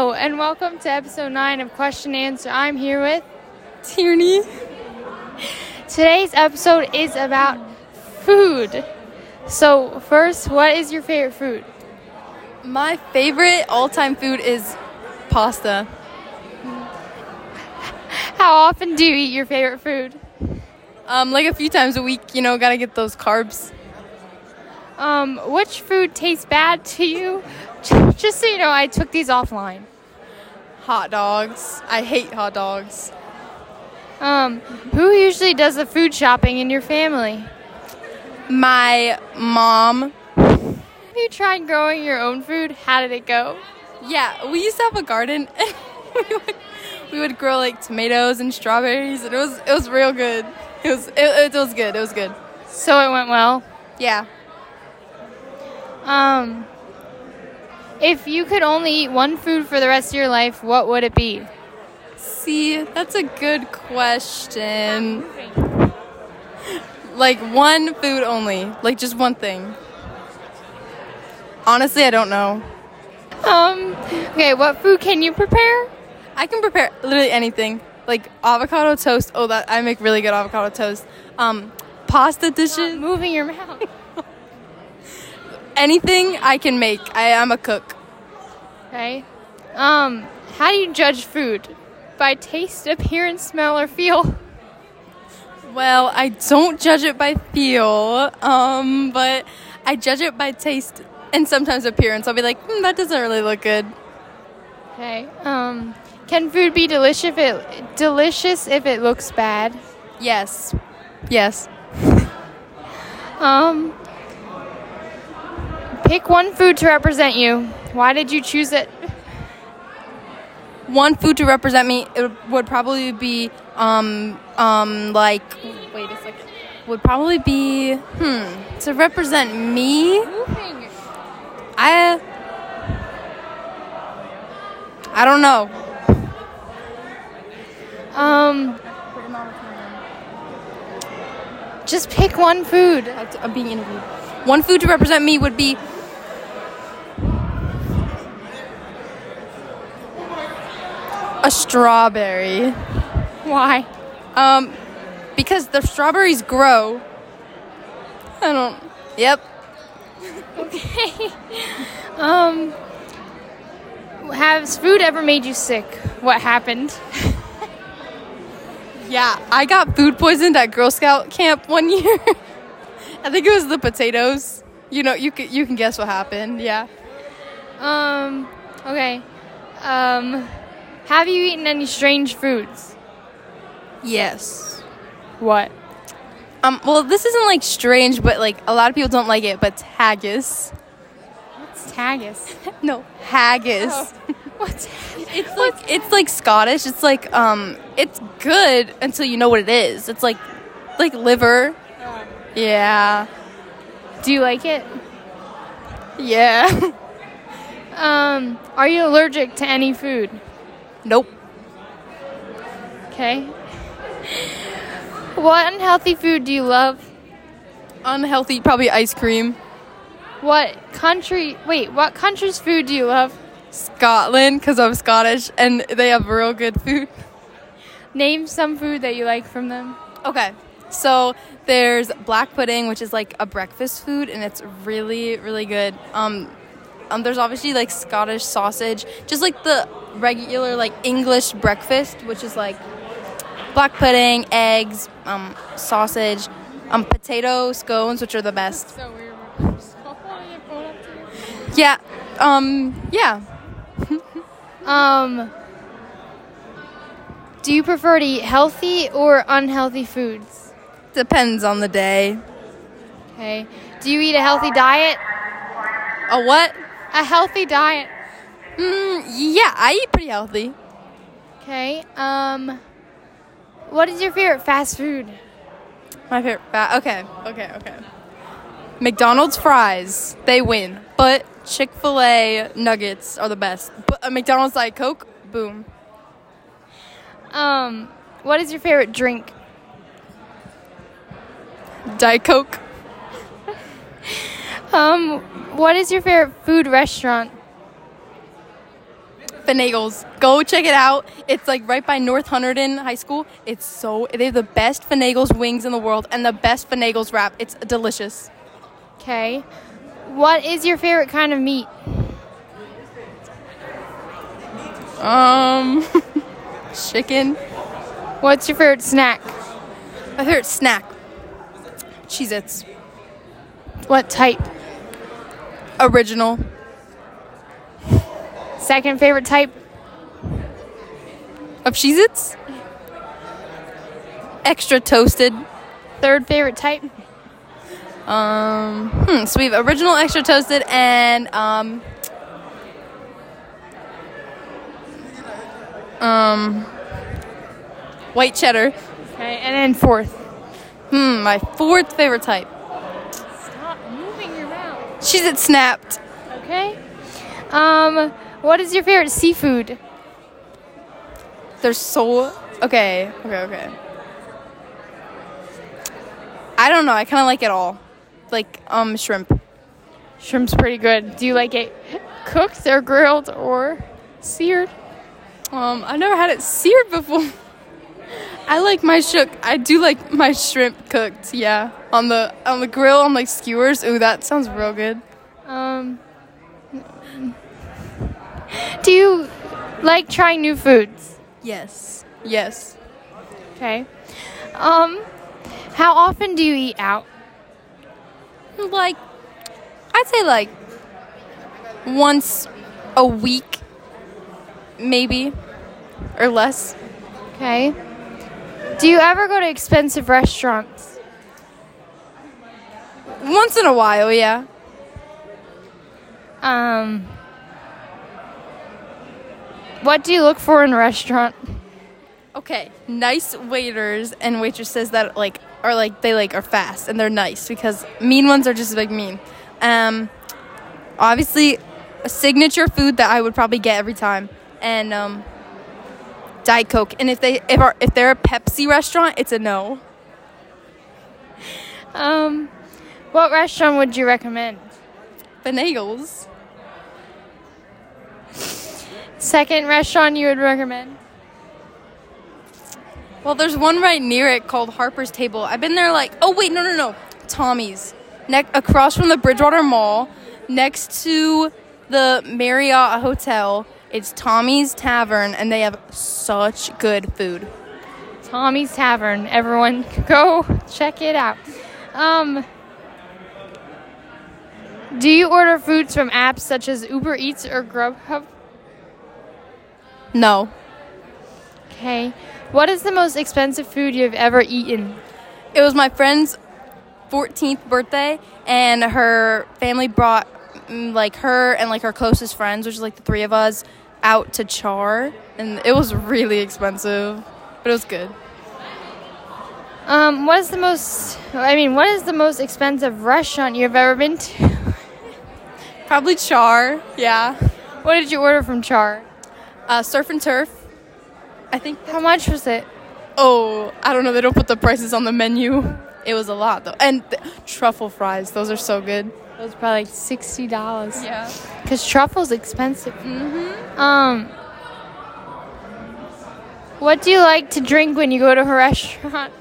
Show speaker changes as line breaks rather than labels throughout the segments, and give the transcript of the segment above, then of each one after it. welcome to episode 9 of Question and Answer. I'm here with
Tierney.
Today's episode is about food. So, first, what is your favorite food?
My favorite all time food is pasta.
How often do you eat your favorite food?
Um, like a few times a week, you know, gotta get those carbs.
Um, which food tastes bad to you? J- Just so you know, I took these offline.
Hot dogs. I hate hot dogs.
Um, who usually does the food shopping in your family?
My mom.
Have you tried growing your own food? How did it go?
Yeah, we used to have a garden. And we, would, we would grow like tomatoes and strawberries, and it was it was real good. It was it, it was good. It was good.
So it went well.
Yeah.
Um, if you could only eat one food for the rest of your life, what would it be?
See, that's a good question. Like one food only, like just one thing. Honestly, I don't know.
Um, okay, what food can you prepare?
I can prepare literally anything, like avocado toast. Oh, that I make really good avocado toast. Um, pasta
Not
dishes,
moving your mouth.
anything I can make. I am a cook.
Okay. Um, how do you judge food? By taste, appearance, smell, or feel?
Well, I don't judge it by feel, um, but I judge it by taste and sometimes appearance. I'll be like, hmm, that doesn't really look good.
Okay. Um, can food be delicious if it delicious if it looks bad?
Yes, yes.
Um, pick one food to represent you. Why did you choose it?
one food to represent me it would probably be um um like wait a second would probably be hmm to represent me
Moving.
i i don't know
Um, just pick one food.
i'm being interviewed one food to represent me would be a strawberry
Why?
um because the strawberries grow i don't yep
Um, has food ever made you sick? What happened?
Yeah, I got food poisoned at Girl Scout camp one year. I think it was the potatoes. You know, you can, you can guess what happened. Yeah.
Um, okay. Um, have you eaten any strange foods?
Yes.
What?
Um. Well, this isn't like strange, but like a lot of people don't like it. But haggis.
What's haggis?
No, haggis.
What's
It's like it's like Scottish. It's like um. It's good until you know what it is. It's like like liver. Yeah.
Do you like it?
Yeah.
Um, are you allergic to any food?
nope.
Okay. What unhealthy food do you love?
Unhealthy. Probably ice cream.
What country? Wait, what country's food do you love?
Scotland, because I'm Scottish, and they have real good food.
Name some food that you like from them.
Okay. So there's black pudding, which is like a breakfast food, and it's really, really good. Um, um, there's obviously like Scottish sausage, just like the regular like English breakfast, which is like black pudding, eggs, um, sausage, um, potato scones, which are the best.
So weird.
Yeah. Um, yeah.
Um, do you prefer to eat healthy or unhealthy foods?
Depends on the day.
Okay. Do you eat a healthy diet?
A what?
A healthy diet.
Mm, yeah, I eat pretty healthy.
Okay. Um, what is your favorite fast food?
My favorite. Fa- okay, okay, okay. McDonald's fries, they win, but Chick Fil A nuggets are the best. But a McDonald's Diet Coke, boom.
Um, what is your favorite drink?
Diet Coke,
Um, what is your favorite food restaurant?
finagles. Go check it out. It's like right by North Hunterdon High School. It's so they have the best finagles wings in the world and the best finagles wrap. It's delicious.
Okay. What is your favorite kind of meat?
Um, chicken.
What's your favorite snack?
My favorite snack. Cheez Its.
What type?
Original.
Second favorite type?
Of Cheez Its? Extra toasted.
Third favorite type?
Um, hmm, so we have original, extra toasted, and um, um, white cheddar.
Okay, and then fourth.
Hmm, my fourth favorite type.
Stop moving your mouth.
She's at snapped.
Okay. Um, what is your favorite seafood?
They're so okay. Okay. Okay. I don't know. I kind of like it all, like um shrimp.
Shrimp's pretty good. Do you like it cooked or grilled or seared?
Um, I've never had it seared before. I like my shook. I do like my shrimp cooked. Yeah, on the on the grill on like skewers. Ooh, that sounds real good.
Um, do you like trying new foods?
Yes. Yes.
Okay. Um, how often do you eat out?
Like, I'd say like once a week, maybe, or less.
Okay. Do you ever go to expensive restaurants?
Once in a while, yeah.
Um, what do you look for in a restaurant?
Okay, nice waiters and waitresses that like are like they like are fast and they're nice because mean ones are just like mean. Um, obviously, a signature food that I would probably get every time and um, Diet Coke. And if they if are if they're a Pepsi restaurant, it's a no.
Um, what restaurant would you recommend?
Benagles.
Second restaurant you would recommend?
Well, there's one right near it called Harper's Table. I've been there like oh wait no no no Tommy's ne- across from the Bridgewater Mall, next to the Marriott Hotel. It's Tommy's Tavern, and they have such good food.
Tommy's Tavern. Everyone, go check it out. Um, do you order foods from apps such as Uber Eats or Grubhub?
No,
Okay. What is the most expensive food you've ever eaten?
it was my friend's 14th birthday, and her family brought mm, like her and like her closest friends, which is like the three of us, out to Char, and it was really expensive, but it was good.
Um, what is the most? I mean, what is the most expensive restaurant you've ever been to?
Probably Char, yeah.
What did you order from Char?
Uh, surf and turf. I think.
How much was it?
Oh, I don't know. They don't put the prices on the menu. It was a lot though, and th- truffle fries. Those are so good.
It was probably like sixty dollars.
Yeah.
Cause truffle's expensive. Um. What do you like to drink when you go to a restaurant?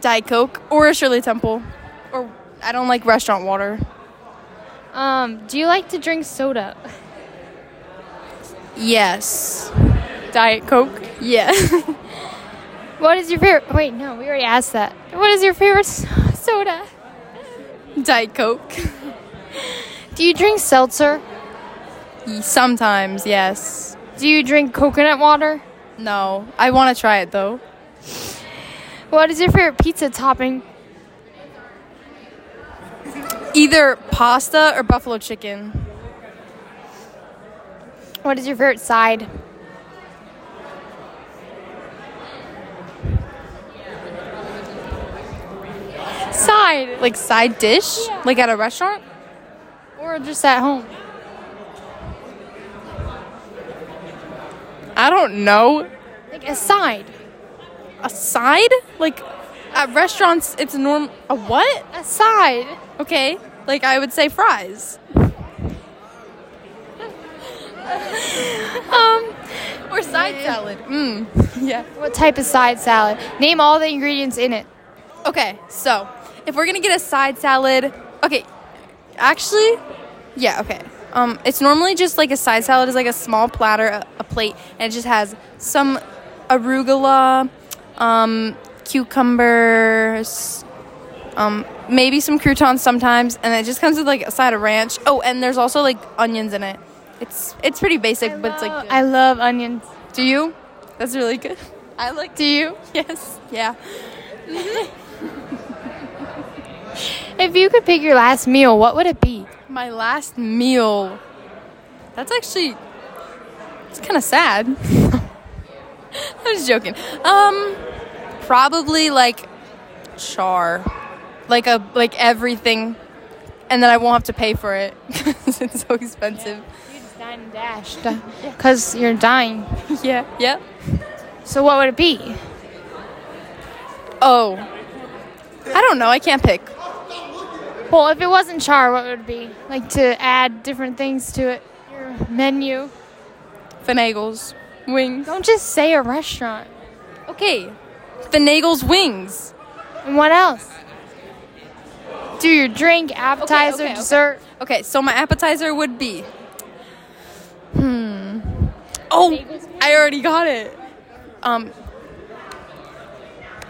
Diet Coke or a Shirley Temple, or I don't like restaurant water.
Um, do you like to drink soda?
Yes.
Diet Coke.
Yeah.
What is your favorite? Wait, no, we already asked that. What is your favorite s- soda?
Diet Coke.
Do you drink seltzer?
Sometimes, yes.
Do you drink coconut water?
No. I want to try it though.
What is your favorite pizza topping?
Either pasta or buffalo chicken.
What is your favorite side? Side
Like side dish? Like at a restaurant?
or just at home?
I don't know.
Like a side.
A side? Like at restaurants it's norm a what?
A side.
Okay. Like I would say fries.
Um,
Or side salad. Mmm. Yeah.
what type of side salad? Name all the ingredients in it.
Okay, so if we're gonna get a side salad, okay, actually, yeah, okay. Um, it's normally just like a side salad is like a small platter, a, a plate, and it just has some arugula, um, cucumbers, um, maybe some croutons sometimes, and it just comes with like a side of ranch. Oh, and there's also like onions in it. It's it's pretty basic, but it's like
I love onions.
do you? That's really good. I like. Do you? Yes. Yeah.
If you could pick your last meal, what would it be?
My last meal. That's actually. It's kind of sad. I'm just joking. Um, probably like char, like a like everything, and then I won't have to pay for it 'cause it's so expensive.
You just dined and dashed because you're dying.
Yeah. Yeah.
So what would it be?
Oh, I don't know. I can't pick.
Well, if it wasn't char, what would it be? Like to add different things to it, your menu.
Finagle's wings.
Don't just say a restaurant.
Okay. Finagle's wings.
And what else? Do your drink, appetizer,
okay, okay.
dessert.
Okay, so my appetizer would be. Hmm. Oh, I already got it. Um,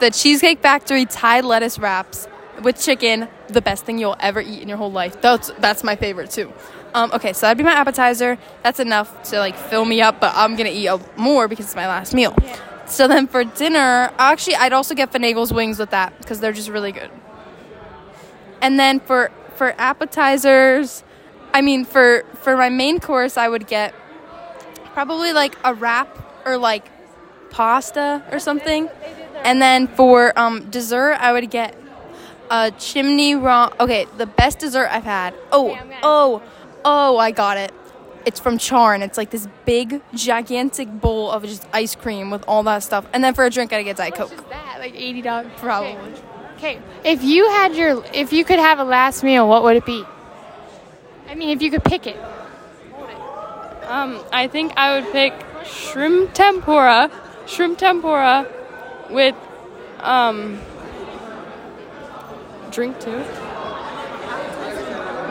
the Cheesecake Factory Thai lettuce wraps with chicken, the best thing you'll ever eat in your whole life. That's that's my favorite too. Um, okay, so that'd be my appetizer. That's enough to like fill me up, but I'm gonna eat a, more because it's my last meal. So then for dinner, actually, I'd also get Finagle's wings with that because they're just really good. And then for for appetizers, I mean for for my main course, I would get probably like a wrap or like pasta or something. And then for um, dessert, I would get a chimney roll. Okay, the best dessert I've had. Oh,
I'm gonna-
oh, oh! I got it. It's from Charn. It's like this big, gigantic bowl of just ice cream with all that stuff. And then for a drink, I get Diet
What's
Coke.
just that? Like eighty dollars
Probably.
Okay. If you had your, if you could have a last meal, what would it be? I mean, if you could pick it.
Um, I think I would pick shrimp tempura, shrimp tempura, with um, drink too.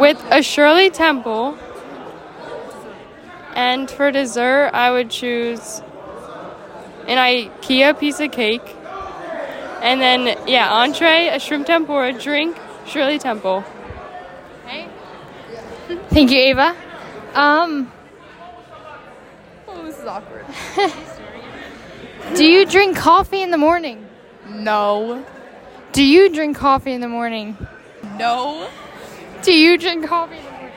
With a Shirley Temple. And for dessert, I would choose an IKEA piece of cake. And then, yeah, entree, a shrimp tempura, drink, Shirley Temple.
Thank you, Ava. Um,
Oh, this is awkward.
do you drink coffee in the morning?
No.
Do you drink coffee in the morning?
No.
Do you drink coffee in the morning?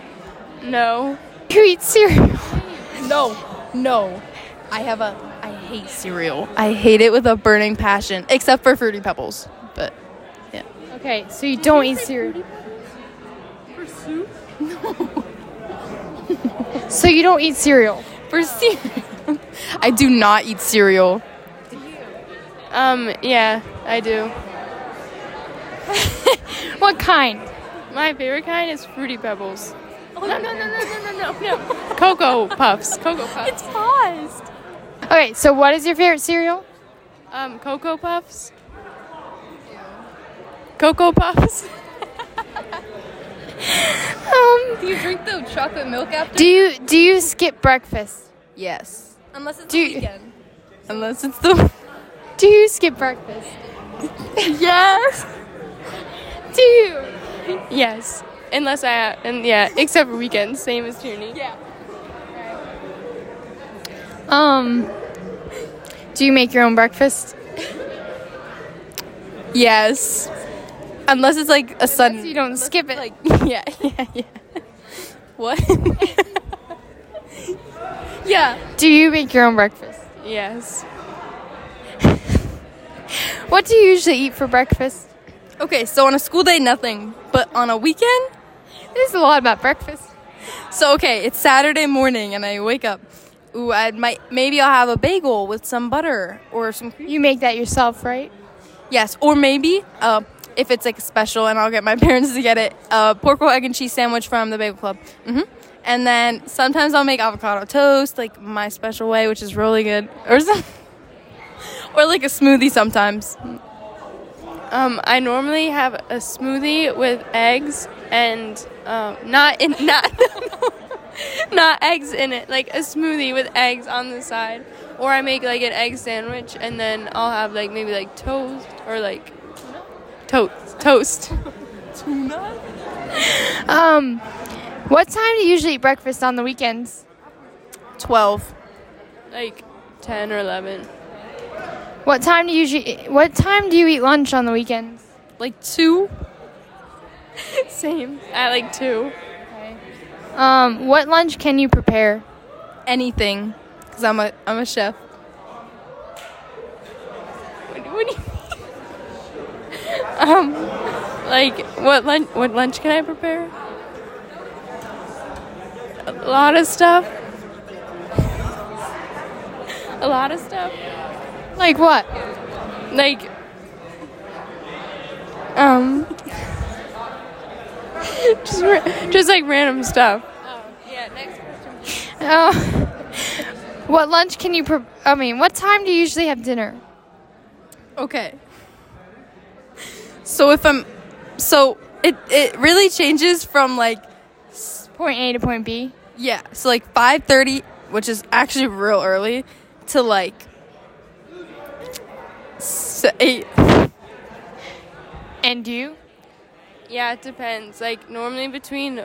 No.
Do you eat cereal?
No, no. I have a. I hate cereal. I hate it with a burning passion, except for Fruity Pebbles. But
Okay, so you don't eat cereal. No. so you don't eat cereal.
for cereal, I do not eat cereal.
Um, yeah, I do.
What kind?
My favorite kind is Fruity Pebbles. Oh, no, no, no, no, no, no, no, no. Cocoa Puffs. Cocoa Puffs.
paused.
Okay, so what is your favorite cereal?
Um, Cocoa Puffs. Cocoa Puffs.
Um,
Do you drink the chocolate milk after?
do you do you skip breakfast?
yes. Unless it's
Do
the
you-
weekend. Unless it's the.
Do you skip breakfast?
yes.
Do you?
Yes. Unless I, and yeah, except for weekends, same as Toonie. Yeah.
Um, do you make your own breakfast?
Yes. Unless it's like a sun.
you don't skip it.
Like yeah, yeah, yeah. What? yeah.
do you make your own breakfast?
Yes.
What do you usually eat for breakfast?
Okay, so on a school day, nothing. But on a weekend,
There's a lot about breakfast.
so okay, it's Saturday morning and I wake up. Ooh, I might maybe I'll have a bagel with some butter or some cream.
You make that yourself, right?
Yes, or maybe uh, if it's like special and I'll get my parents to get it, a pork roll egg and cheese sandwich from the Bagel Club. hmm And then sometimes I'll make avocado toast, like my special way, which is really good. Or some, or like a smoothie sometimes.
Um, I normally have a smoothie with eggs and um, not in not not eggs in it, like a smoothie with eggs on the side, or I make like an egg sandwich and then I'll have like maybe like toast or like toast toast.
Um, what time do you usually eat breakfast on the weekends?
12.
like 10 or 11
What time do you usually? e, What time do you eat lunch on the weekends?
Like 2.
same at like 2
Um, what lunch can you prepare?
Anything. Because I'm a, I'm a chef.
what, what do you um like what lunch what lunch can i prepare a lot of stuff a lot of stuff
Like what?
like um just, ra- just like random stuff
Oh, what lunch can you? Pre- I mean, what time do you usually have dinner?
Okay. So if I'm. So it, it really changes from like.
Point A to point B.
Yeah, so like 5:30, which is actually real early, to like s- 8.
And you?
Yeah, it depends. Like normally between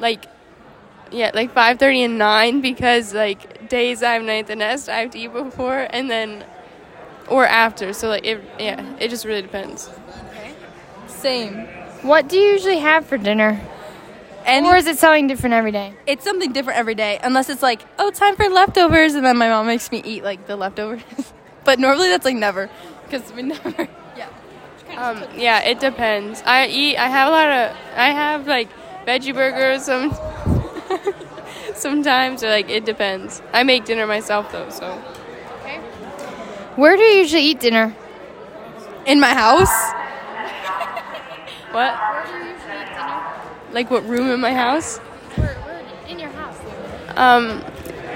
like yeah, like five thirty and nine because like days I have night at the nest I have to eat before and then or after. So like it yeah, it just really depends.
Same.
What do you usually have for dinner?
And
Or is it something different every day?
it's something different every day, unless it's like, oh, time for leftovers, and then my mom makes me eat like the leftovers. but normally that's like never, because we never. Yeah.
Um yeah, it depends. I eat I have a lot of I have like veggie burgers some sometimes or like it depends. I make dinner myself though, so
Where do you usually eat dinner?
In my house,
what? Like what room in my house?
In your house.
Um,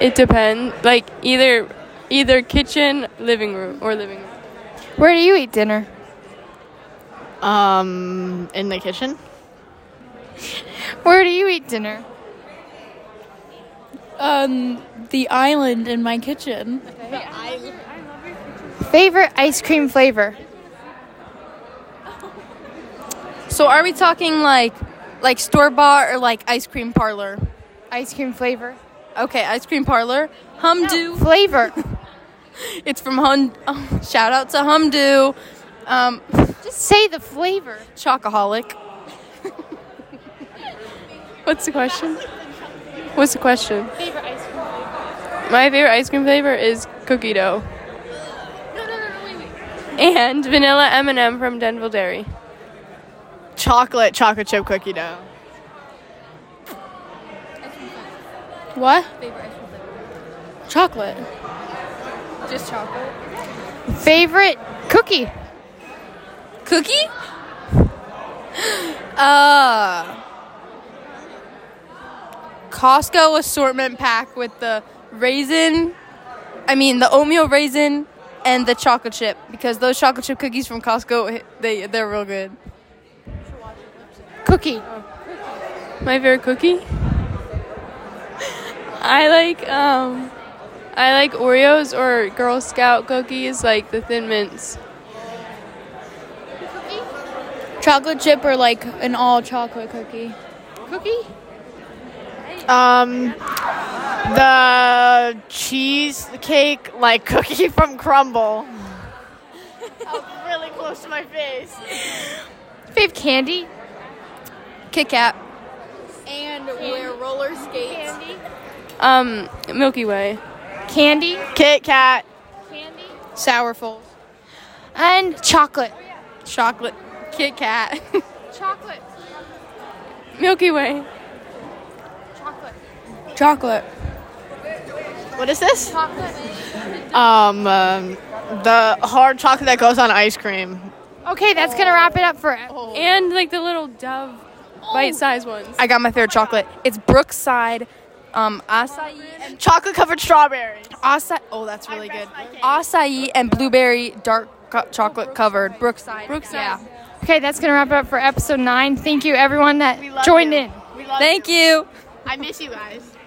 it depends. Like either either kitchen, living room, or living room.
Where do you eat dinner?
Um, in the kitchen.
Where do you eat dinner?
Um, the island in my kitchen.
Favorite ice cream flavor?
so are we talking like, like store bought or like ice cream parlor?
Ice cream flavor.
Okay, ice cream parlor. Humdo.
Flavor.
It's from Hum. Oh, shout out to Humdo. Um,
Just say the flavor.
Chocoholic.
What's the question? What's the question? Favorite ice cream flavor. My favorite ice cream flavor is cookie dough. And vanilla M&M from Denville Dairy.
Chocolate chocolate chip cookie dough.
What?
Chocolate.
Just chocolate.
Favorite cookie.
Cookie? Uh. Costco assortment pack with the raisin, I mean the oatmeal raisin, and the chocolate chip because those chocolate chip cookies from Costco they they're real good.
Cookie.
My favorite cookie? I like um I like Oreos or Girl Scout cookies like the Thin Mints.
Chocolate chip or like an all chocolate cookie.
Cookie?
Um, the cheesecake like cookie from Crumble. That was really close to my face.
Favorite candy?
Kit Kat.
And we're roller skates.
Um Milky Way.
Candy.
Kit Kat.
Sourful.
And chocolate.
Chocolate. Kit Kat.
Chocolate.
Milky Way.
Chocolate.
chocolate.
What is this? Um, um, the hard chocolate that goes on ice cream.
Okay, that's gonna wrap it up for
And like the little dove bite sized ones.
I got my favorite chocolate. It's Brookside um, acai and
Chocolate covered strawberries.
acai. Oh, that's really good. Acai and blueberry dark co- chocolate covered Brookside. Brookside. Yeah.
Okay, that's gonna wrap it up for episode nine. Thank you everyone that joined in.
We love
Thank you.
I miss you guys.